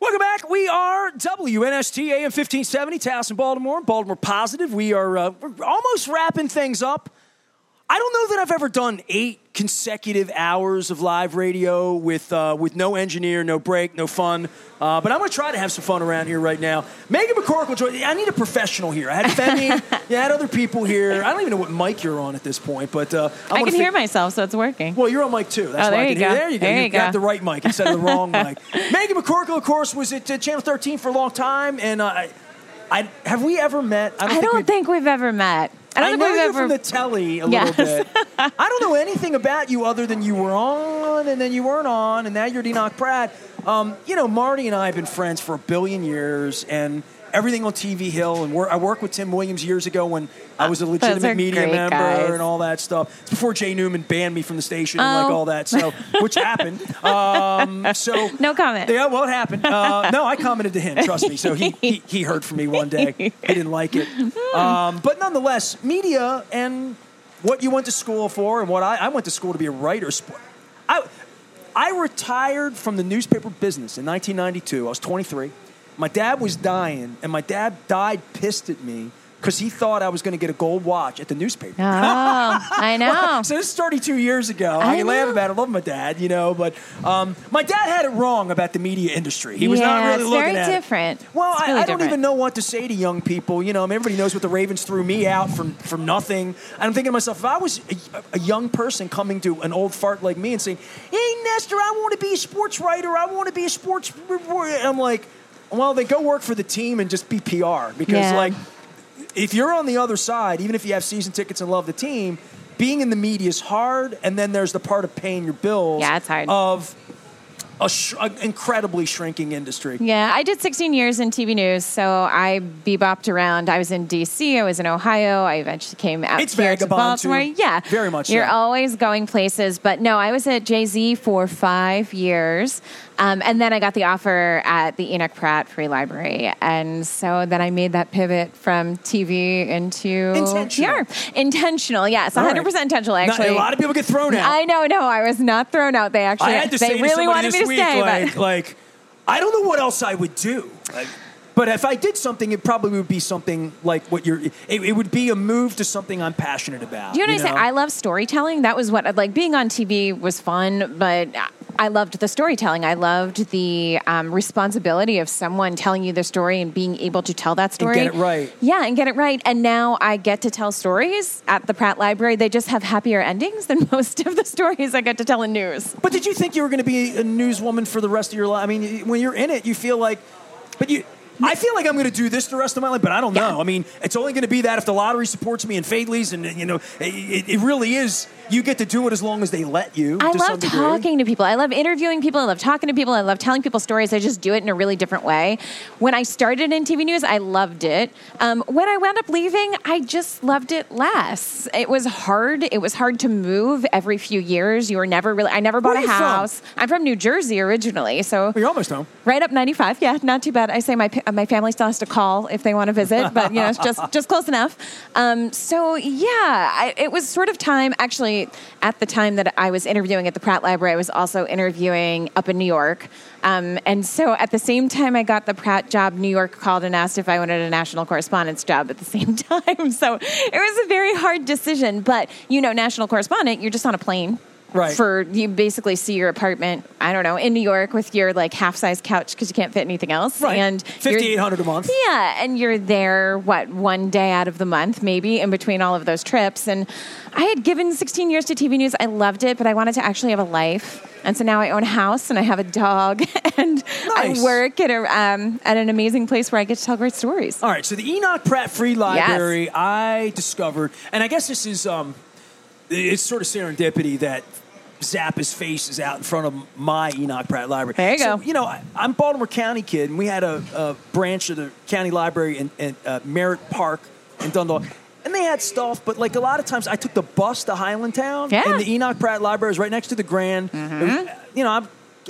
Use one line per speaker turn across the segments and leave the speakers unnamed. Welcome back. We are WNST AM 1570, Towson, Baltimore, Baltimore Positive. We are uh, we're almost wrapping things up. I don't know that I've ever done eight consecutive hours of live radio with uh, with no engineer, no break, no fun. Uh, but I'm going to try to have some fun around here right now. Megan McCorkle, joined- I need a professional here. I had Femi, yeah, I had other people here. I don't even know what mic you're on at this point, but uh, I'm
I
gonna
can
fi-
hear myself, so it's working.
well, you're on mic too. That's
Oh,
why I can
there you
hear.
go.
There you go.
There
you
you go.
got the right mic instead of the wrong mic. Megan McCorkle, of course, was at uh, Channel 13 for a long time, and uh, I, I have we ever met?
I don't
we've-
think we've ever met. I don't
I
think
know
we've
you
ever.
from the telly a
Yes.
little bit. I don't know anything about you other than you were on and then you weren't on, and now you're Enoch Pratt. Um, you know, Marty and I have been friends for a billion years, and everything on TV Hill, and wor- I worked with Tim Williams years ago when I was a legitimate
are
media
great
member
guys.
and all that stuff. It's before Jay Newman banned me from the station and like
Oh.
all that, so which happened. Um, so
No comment.
Yeah, well, it happened. Uh, no, I commented to him. Trust me. So he, he he heard from me one day. He didn't like it. Um, but nonetheless, media and what you went to school for, and what I, I went to school to be a writer. Sp- I I retired from the newspaper business in 1992. I was 23. My dad was dying, and my dad died pissed at me because he thought I was going to get a gold watch at the newspaper.
oh, I know.
So this is 32 years ago. I,
I
can laugh
know.
about it. I love my dad, you know, but um, my dad had it wrong about the media industry. He was not
Yeah,
really
it's
looking
very
at it.
different.
Well,
It's
I,
really
I don't
different.
even know what to say to young people. You know, I mean, everybody knows what the Ravens threw me out from from nothing. And I'm thinking to myself, if I was a, a young person coming to an old fart like me and saying, "Hey, Nestor, I want to be a sports writer. I want to be a sports," reporter," I'm like, well, they go work for the team and just be PR because,
Yeah.
like, if you're on the other side, even if you have season tickets and love the team, being in the media is hard. And then there's the part of paying your bills.
Yeah, it's hard.
Of a sh- an incredibly shrinking industry.
Yeah, I did 16 years in TV news, so I bebopped around. I was in DC, I was in Ohio, I eventually came out
It's
here to
vagabond, too.
Baltimore. Yeah,
Very much
You're
so.
always going places, but no, I was at Jay Z for five years, um, and then I got the offer at the Enoch Pratt Free Library, and so then I made that pivot from TV into
Intentional.
PR. Intentional, yes,
All right.
100 percent intentional.
Not-
Actually,
a lot of people get thrown out.
I know, no, I was not thrown out. They actually,
I had to
they
say to
really
somebody
wanted
this
me to
week,
stay,
like,
but
like, I don't know what else I would do. Like, but if I did something, it probably would be something like what you're. It, it would be a move to something I'm passionate about.
Do you know
you
what I say? I love storytelling. That was what like being on TV was fun, but I loved the storytelling. I loved the um, responsibility of someone telling you their story and being able to tell that story.
it right.
Yeah, and get it right. And now I get to tell stories at the Pratt Library. They just have happier endings than most of the stories I get to tell in news.
But did you think you were going to be a newswoman for the rest of your life? I mean, when you're in it, you feel like, but you. I feel like I'm going to do this the rest of my life, but I don't know. I mean, it's only going to be that if the lottery supports me and Fadley's, and you know, it, it really is. You get to do it as long as they let you.
I
to some
love
degree.
talking to people. I love interviewing people. I love talking to people. I love telling people stories. I just do it in a really different way. When I started in TV news, I loved it. Um, when I wound up leaving, I just loved it less. It was hard. It was hard to move every few years. You were never really. I never bought
Where are
a
you from?
house. I'm from New Jersey originally, so
Well, you're almost home.
right up 95. Yeah, not too bad. I say my pa- my family still has to call if they want to visit, but you know, it's just just close enough. Um, so yeah, I, it was sort of time. Actually, at the time that I was interviewing at the Pratt Library, I was also interviewing up in New York. Um, and so at the same time I got the Pratt job, New York called and asked if I wanted a national correspondence job at the same time. So it was a very hard decision. But you know, national correspondent, you're just on a plane
Right.
for you basically see your apartment i don't know in new york with your like half size couch because you can't fit anything else
Right.
and you're-
5,800 a month.
yeah and you're there what one day out of the month maybe in between all of those trips and i had given 16 years to tv news i loved it but i wanted to actually have a life and so now i own a house and i have a dog and
Nice.
i work at, a, um, at an amazing place where i get to tell great stories
All right, so the Enoch Pratt Free Library I discovered, and I guess this is um, it's sort of serendipity that Zappa's face is out in front of my Enoch Pratt Library.
There you
So,
go.
You know, I, I'm Baltimore County kid, and we had a, a branch of the county library in, in uh, Merritt Park in Dundalk. And they had stuff, but like a lot of times, I took the bus to Highland Town,
Yeah.
and the Enoch Pratt Library is right next to the Grand.
Mm-hmm.
It was- you know, I'm,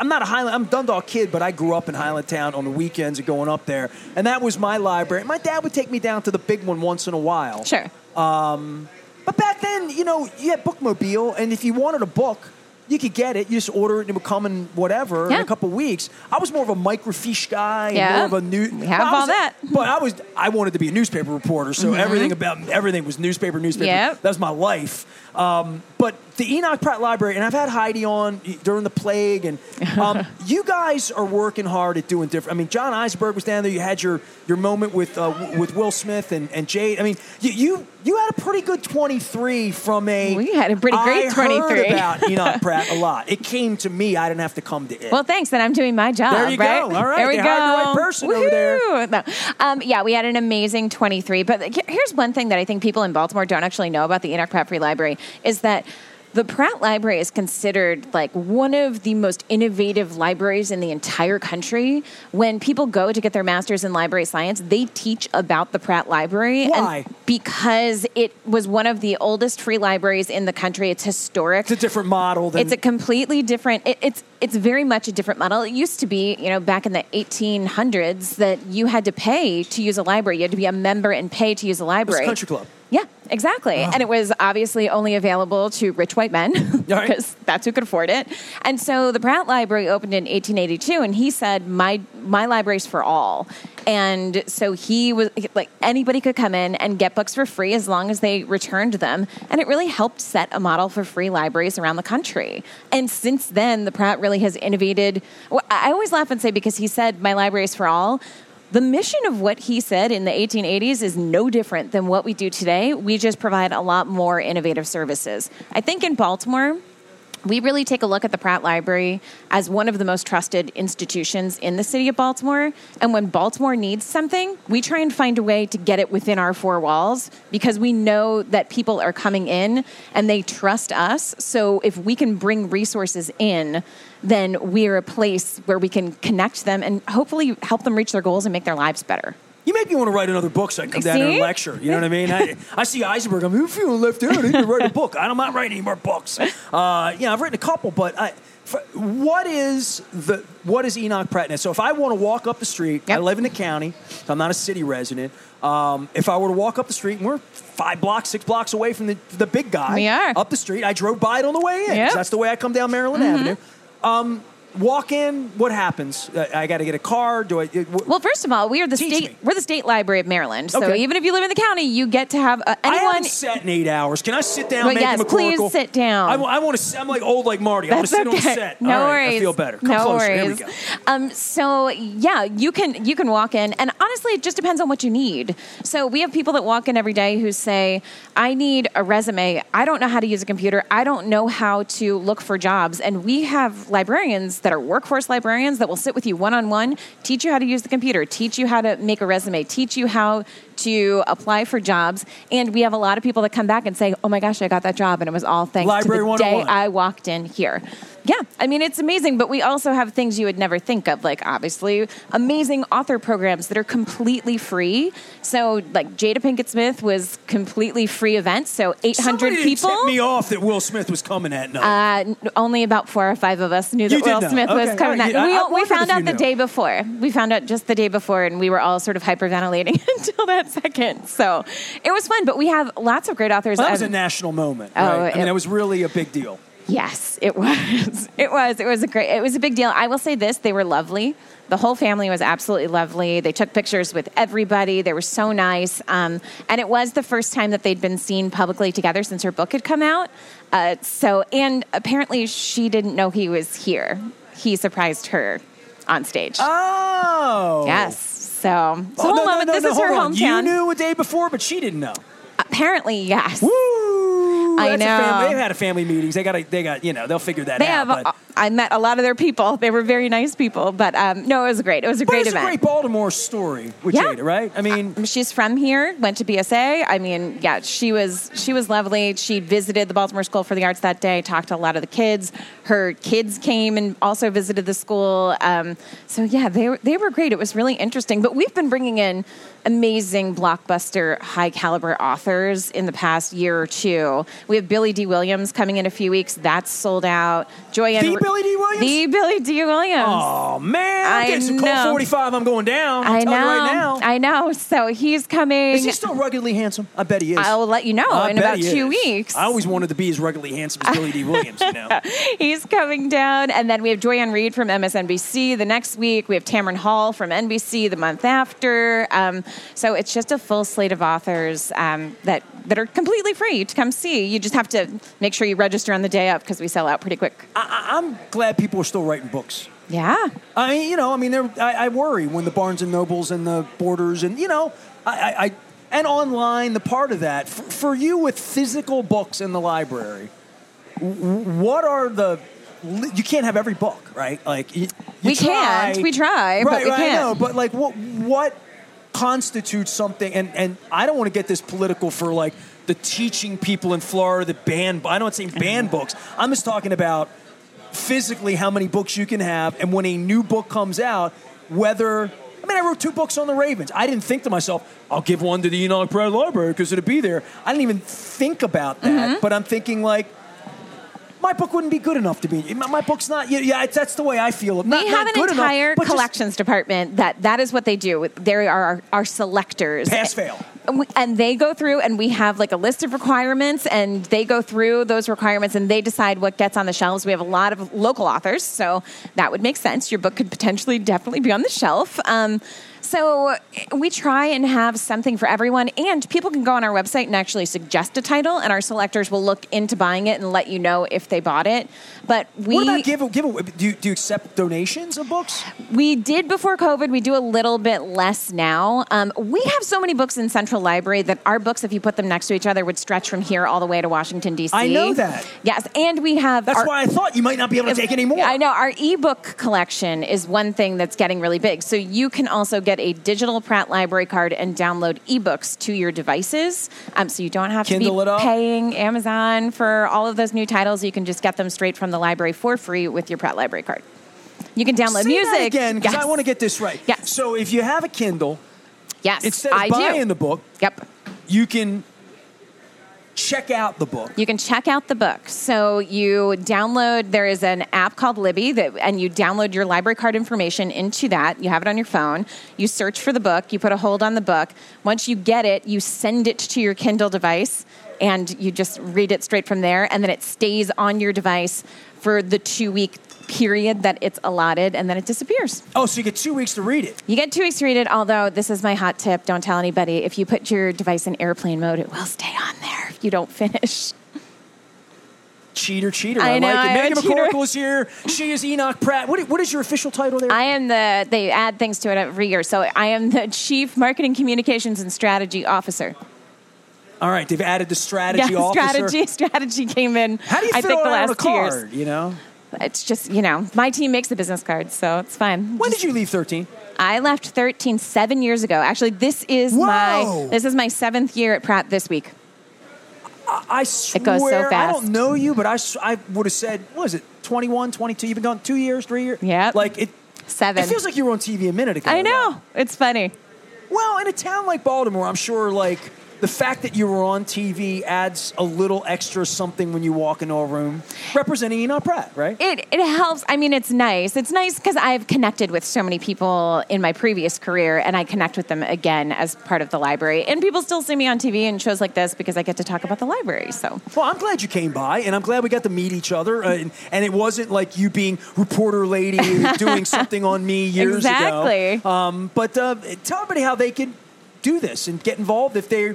I'm not a Highland, I'm a Dundalk kid, but I grew up in Highland Town on the weekends and going up there, and that was my library. My dad would take me down to the big one once in a while.
sure
But back then, you know, you had Bookmobile, and if you wanted a book, you could get it. You just order it and it would come in whatever in
Yeah.
a couple weeks. I was more of a microfiche guy,
Yeah.
and more of a new.
We have
but I
all
was-
that. Mm-hmm.
But I was I wanted to be a newspaper reporter, so everything about everything was newspaper, newspaper.
Yep.
That was my life. Um, but the Enoch Pratt Library, and I've had Heidi on during the plague, and um, you guys are working hard at doing different. I mean, John Eisberg was down there. You had your your moment with uh, w- with Will Smith and, and Jade. I mean, you, you you had a pretty good twenty three from a.
We had a pretty great
I heard
23.
about Enoch Pratt a lot. It came to me. I didn't have to come to it.
Well, thanks, and I'm doing my job.
There you go.
right?
All right,
There we
they
go.
hired the right person over there.
Woo-hoo. No. Um, yeah, we had an amazing 23. But he- here's one thing that I think people in Baltimore don't actually know about the Enoch Pratt Free Library is that. The Pratt Library is considered like one of the most innovative libraries in the entire country. When people go to get their masters in library science, they teach about the Pratt Library. and-
Why?
because it was one of the oldest free libraries in the country. It's historic.
it's a different model than
It's a completely different. It, it's it's very much a different model. It used to be, you know, back in the 1800s, that you had to pay to use a library. You had to be a member and pay to use a
it's a
library.
country club. Uh-huh.
Yeah, exactly. And it was obviously only available to rich white men
All right.
because that's who could afford it. And so the Pratt Library opened in 1882, and he said, "My my library's for all." And so he was like, anybody could come in and get books for free as long as they returned them. And it really helped set a model for free libraries around the country. And since then, the Pratt really has innovated. Well, I always laugh and say because he said, "My library's for all." The mission of what he said in the 1880s is no different than what we do today. We just provide a lot more innovative services. I think in Baltimore, we really take a look at the Pratt Library as one of the most trusted institutions in the city of Baltimore. And when Baltimore needs something, we try and find a way to get it within our four walls because we know that people are coming in and they trust us. So if we can bring resources in, then we're a place where we can connect them and hopefully help them reach their goals and make their lives better.
You make me want to write another book so I can come down here and
See?
lecture. You know what I mean? I, I see Eisenberg. I'm "You're feeling left out. I need to write a book. I'm not writing any more books. Uh, you know, I've written a couple, but I, for, what is the what is Enoch Pratt? Now, So if I want to walk up the street, I
Yep.
live in the county. So I'm not a city resident. Um, if I were to walk up the street, and we're five blocks, six blocks away from the, the big guy.
We are.
up the street. I drove by it on the way in. 'cause
Yep. Mm-hmm.
That's the way I come down Maryland Avenue. Um, walk in. What happens? Uh, I got to get a car. Do I? It, wh-
Well, first of all, we are the
Teach
state
me.
we're the state library of Maryland. So
Okay.
even if you live in the county, you get to have uh,
I
anyone
haven't sat in eight hours. Can I sit down?
Well,
make
yes,
him a
please
coracle?
sit down.
I, want to. I'm like old, like Marty. I want
That's
to sit
okay.
on set.
No
All right,
worries.
I feel better. Come
no
closer. Here we
worries.
go.
Um, so yeah, you can you can walk in, and honestly, it just depends on what you need. So we have people that walk in every day who say, "I need a resume. I don't know how to use a computer. I don't know how to look for jobs." And we have librarians that are workforce librarians that will sit with you one on one, teach you how to use the computer, teach you how to make a resume, teach you how to apply for jobs. And we have a lot of people that come back and say, "Oh my gosh, I got that job, and it was all thanks
Library
to the day
101.
I." I walked in here. Yeah, I mean, it's amazing, but we also have things you would never think of, like obviously amazing author programs that are completely free. So, like Jada Pinkett Smith was completely free event, so 800
Somebody didn't
people.
tip me off that Will Smith was coming at night.
Uh, n- only about four or five of us knew
You
that
did
Will
know.
Smith
Okay,
was coming.
all right.
out.
I-
We,
I
all- we
wondered if
found out
you
the
knew.
day before. We found out just the day before, and we were all sort of hyperventilating until that second. So it was fun, but we have lots of great authors.
Well, that was
Um,
a national moment.
oh,
right? I mean,
it-
that was really a big deal.
Yes, it was. It was. It was a great. It was a big deal. I will say this: they were lovely. The whole family was absolutely lovely. They took pictures with everybody. They were so nice. Um, and it was the first time that they'd been seen publicly together since her book had come out. Uh, so, and apparently she didn't know he was here. He surprised her on stage.
Oh,
yes. So, so
Oh,
hold
no, no,
on.
no,
this
no,
is her
hold on. You
hometown.
knew a day before, but she didn't know.
apparently, yes.
Woo!
I
That's a family-
know.
They've had a family meetings. They got. A, they got. You know. They'll figure that
They
out.
have. uh,
but
I met a lot of their people. They were very nice people. But um, no, it was great. It was a
but
great
it's
event.
a great Baltimore story with
Yeah.
Jada, right? I mean,
she's from here went to bsa i mean yeah she was she was lovely she visited the baltimore school for the arts that day talked to a lot of the kids her kids came and also visited the school um, so yeah they were, they were great it was really interesting but we've been bringing in amazing blockbuster high caliber authors in the past year or two we have billy d williams coming in a few weeks that's sold out joy
the
ann
Billy D. Williams?
The Billy D. Williams.
Oh man, I'm
I
getting some cold
know.
45. I'm going down. I'm
I know.
telling you right now.
I know. So he's coming.
is he still ruggedly handsome? I bet he is.
I will let you know
I
in
bet
about
he
two
is.
weeks.
I always wanted to be as ruggedly handsome as Billy D. Williams. You know,
He's coming down. And then we have Joyanne Reed from MSNBC the next week. We have Tamron Hall from NBC the month after. Um, so it's just a full slate of authors um, that, that are completely free to come see. You just have to make sure you register on the day up because we sell out pretty quick.
I, I, I'm glad people are still writing books.
Yeah.
I mean, you know, I mean, there. I, I worry when the Barnes and Nobles and the Borders and you know, I, I, I and online the part of that for, for you with physical books in the library. w- What are the? li- You can't have every book, right? Like you, you
We can't. We try, but
Right,
we
right, I
can't.
know, but like, what what constitutes something? And and I don't want to get this political for like the teaching people in Florida that ban. I don't
Mm-hmm.
saying ban books. I'm just talking about physically how many books you can have, and when a new book comes out, whether. I mean, I wrote two books on the Ravens. I didn't think to myself, I'll give one to the Enoch Pratt Library because it'll be there. I didn't even think about that,
Mm-hmm.
but I'm thinking like, my book wouldn't be good enough to be. My, my book's not. Yeah, yeah, it's, that's the way I feel. Not,
We
not
have an
good enough,
entire
but just
collections department that that is what they do. They are our, our selectors.
Pass fail.
And we- and they go through and we have like a list of requirements and they go through those requirements and they decide what gets on the shelves we have a lot of local authors so that would make sense your book could potentially definitely be on the shelf um, so we try and have something for everyone and people can go on our website and actually suggest a title and our selectors will look into buying it and let you know if they bought it but we
What about give give? Do you, do you accept donations of books?
we did before COVID. We do a little bit less now. Um, we have so many books in Central Library that our books, if you put them next to each other, would stretch from here all the way to Washington D.C.
I know that.
Yes, and we have.
That's
our-
why I thought you might not be able to take any more.
I know our ebook collection is one thing that's getting really big. So you can also get a digital Pratt Library card and download ebooks to your devices. Um, so you don't have
Kindle it
to
up.
be paying Amazon for all of those new titles. You can just get them straight from the library for free with your Pratt Library card. You can download
Say
music
that again because
Yes.
I want to get this right.
Yes.
So if you have a Kindle,
Yes,
instead of
I
buying
do.
the book,
Yep.
you can check out the book.
You can check out the book. So you download, there is an app called Libby, that, and you download your library card information into that. You have it on your phone. You search for the book. You put a hold on the book. Once you get it, you send it to your Kindle device, and you just read it straight from there. And then it stays on your device for the two week period that it's allotted, and then it disappears.
Oh, so you get two weeks to read it.
You get two weeks to read it, although this is my hot tip. Don't tell anybody. If you put your device in airplane mode, it will stay on there if you don't finish.
Cheater, cheater. I,
I know,
like
I
it. Megan
am a cheater.
McCorkle is here. She is Enoch Pratt. What, what is your official title there?
I am the, they add things to it every year. So I am the Chief Marketing Communications and Strategy Officer.
All right, they've added the strategy officer.
strategy, strategy came in,
How do you
I
fit
think,
all
the
that
last
on a
two years.
card? You know,
It's just, you know, my team makes the business cards, so it's fine.
when did you leave thirteen?
I left 13 seven years ago. Actually, this is
Whoa.
my this is my seventh year at Pratt this week.
I, I swear,
It goes so
I
fast.
don't know you, but I, s- I would have said, what is it, 21, 22? You've been gone two years, three years.
Yep.
Like it.
Seven.
It feels like you were on TV a minute ago.
I know. It's funny.
Well, in a town like Baltimore, I'm sure like the fact that you were on TV adds a little extra something when you walk into a room representing Enoch Pratt, right?
it it helps. I mean, it's nice. It's nice because I've connected with so many people in my previous career, and I connect with them again as part of the library. And people still see me on TV and shows like this because I get to talk about the library. So
Well, I'm glad you came by, and I'm glad we got to meet each other. Uh, and, and it wasn't like you being reporter lady doing something on me years ago.
Exactly.
Um, but uh, tell everybody how they can do this and get involved if they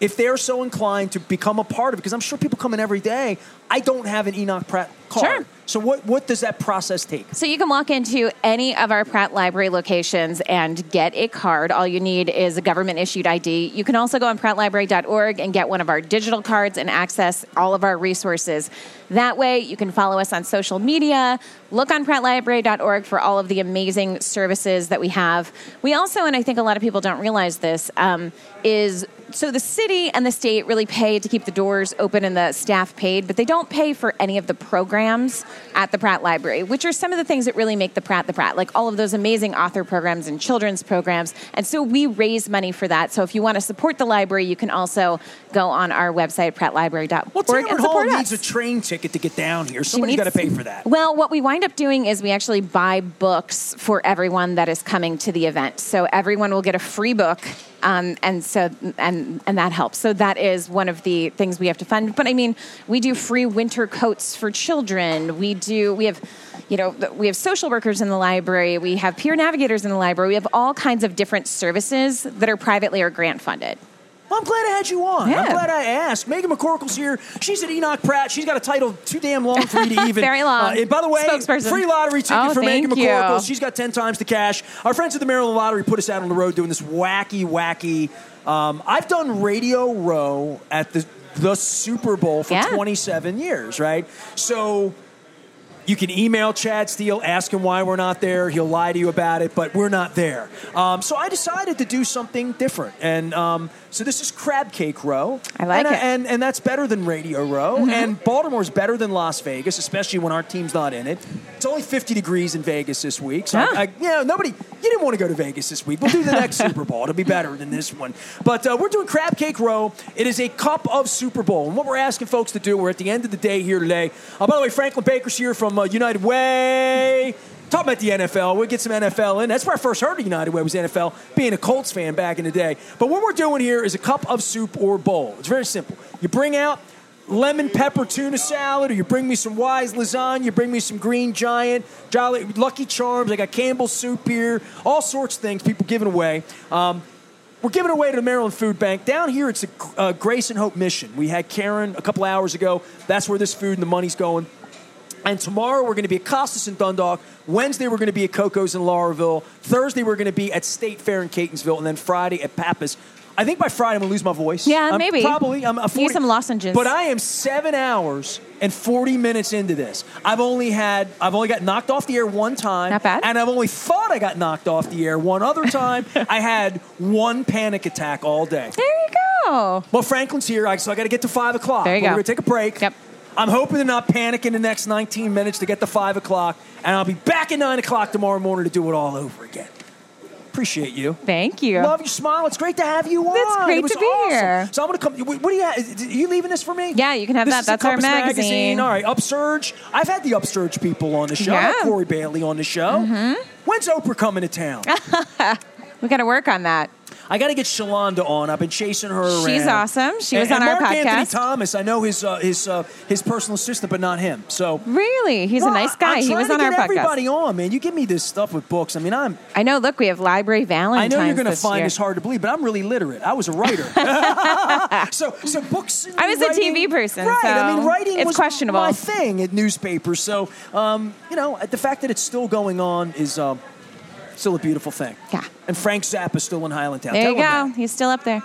if they're so inclined to become a part of it. Because I'm sure people come in every day. I don't have an Enoch Pratt card,
Sure.
so what what does that process take?
So you can walk into any of our Pratt Library locations and get a card. All you need is a government issued ID. You can also go on prattlibrary.org and get one of our digital cards and access all of our resources. That way, you can follow us on social media. Look on prattlibrary.org for all of the amazing services that we have. We also, and I think a lot of people don't realize this, um, is so the city and the state really pay to keep the doors open and the staff paid, but they don't pay for any of the programs at the Pratt Library, which are some of the things that really make the Pratt the Pratt, like all of those amazing author programs and children's programs. And so we raise money for that. So if you want to support the library, you can also go on our website, prattlibrary.org,
Well, Taylor
and support
Hall
us.
needs a train ticket to get down here. Somebody's got
needs-
to pay for that.
Well, what we wind up doing is we actually buy books for everyone that is coming to the event. So everyone will get a free book, um, and so and and that helps. So that is one of the things we have to fund. But I mean, we do free winter coats for children. We do we have. You know, th- we have social workers in the library, we have peer navigators in the library, we have all kinds of different services that are privately or grant funded.
Well, I'm glad I had you on. I'm
Yeah.
glad I asked. Megan McCorkle's here. She's at Enoch Pratt. She's got a title too damn long for me to even.
Very long.
Uh, and by the way,
Spokesperson.
free lottery ticket
Oh,
for Megan
thank you.
McCorkle. She's got 10 times the cash. Our friends at the Maryland Lottery put us out on the road doing this wacky, wacky. Um, I've done Radio Row at the, the Super Bowl for
Yeah.
27 years, right? So. You can email Chad Steele, ask him why we're not there. He'll lie to you about it, but we're not there. Um, so I decided to do something different, and um, so this is Crab Cake Row.
I like
and,
it. Mm-hmm.
and and that's better than Radio Row, and Baltimore's better than Las Vegas, especially when our team's not in it. It's only 50 degrees in Vegas this week, so I-
Huh.
I, you know nobody. You didn't want to go to Vegas this week. We'll do the next Super Bowl. It'll be better than this one. But uh, we're doing Crab Cake Row. It is a cup of Super Bowl, and what we're asking folks to do. We're at the end of the day here today. Uh, by the way, Franklin Baker's here from uh, United Way. Talking about the NFL, we'll get some NFL in. That's where I first heard of United Way was NFL, being a Colts fan back in the day. But what we're doing here is a cup of soup or bowl. It's very simple. You bring out lemon pepper tuna salad, or you bring me some Wise lasagna, you bring me some Green Giant, Jolly Lucky Charms. I got Campbell's soup here, all sorts of things people giving away. Um, we're giving away to the Maryland Food Bank. Down here, it's a uh, Grace and Hope Mission. We had Karen a couple hours ago. That's where this food and the money's going. And tomorrow we're going to be at Costas in Dundalk. Wednesday we're going to be at Coco's in Lauraville. Thursday we're going to be at State Fair in Catonsville, and then Friday at Pappas. I think by Friday I'm going to lose my voice.
Yeah,
I'm
maybe.
Probably. I'm a
Use
40
some lozenges.
But I am seven hours and forty minutes into this. I've only had. I've only got knocked off the air one time.
Not bad.
And I've only thought I got knocked off the air one other time. I had one panic attack all day.
There you go.
Well, Franklin's here, I- so I got to get to five o'clock.
There you
We're
go.
gonna take a break.
Yep.
I'm hoping to not panic in the next 19 minutes to get to five o'clock, and I'll be back at nine o'clock tomorrow morning to do it all over again. Appreciate you.
Thank you.
Love your smile. It's great to have you on.
It's great
It was
to be
awesome.
here.
So I'm gonna come. What what do you? Have? Are you leaving this for me?
Yeah, you can have
This
that.
is the
That's our
Compass magazine.
magazine.
All right, Upsurge. I've had the Upsurge people on the show. I had
Yeah. Mm-hmm.
Corey Bailey on the show. When's Oprah coming to town?
we got to work on that.
I got to get Shalonda on. I've been chasing her around.
She's awesome. She was
and,
on
and
our
Mark Anthony
podcast.
Thomas. I know his uh, his uh, his personal assistant, but not him. So
Really? He's a nice guy.
I'm
he
trying
was
to
on our
get
podcast.
Everybody on, man. You give me this stuff with books. I mean, I'm.
I know. Look, we have Library
I
Valentine's.
know you're going to
this
find
year.
this hard to believe, but I'm really literate. I was a writer. so, so books. and
I was a
writing-
TV person,
right? I mean,
so
writing
it's
was
questionable.
my thing at newspapers. So, um, you know, the fact that it's still going on is um, still a beautiful thing.
Yeah.
And Frank Zappa's still in Highland Town.
There
Tell
you
him
go.
that.
He's still up there.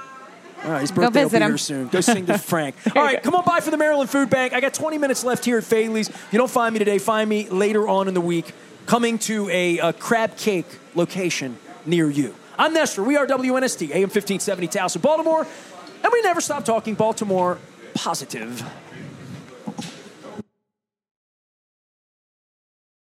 All right, Uh, his birthday will
visit
be
him.
here soon. Go sing to Frank. All
you
right,
go.
come on by for the Maryland Food Bank. I got 20 minutes left here at Faley's. If you don't find me today, find me later on in the week coming to a, uh crab cake location near you. I'm Nestor. We are WNST, AM 1570 Towson, Baltimore. And we never stop talking Baltimore positive.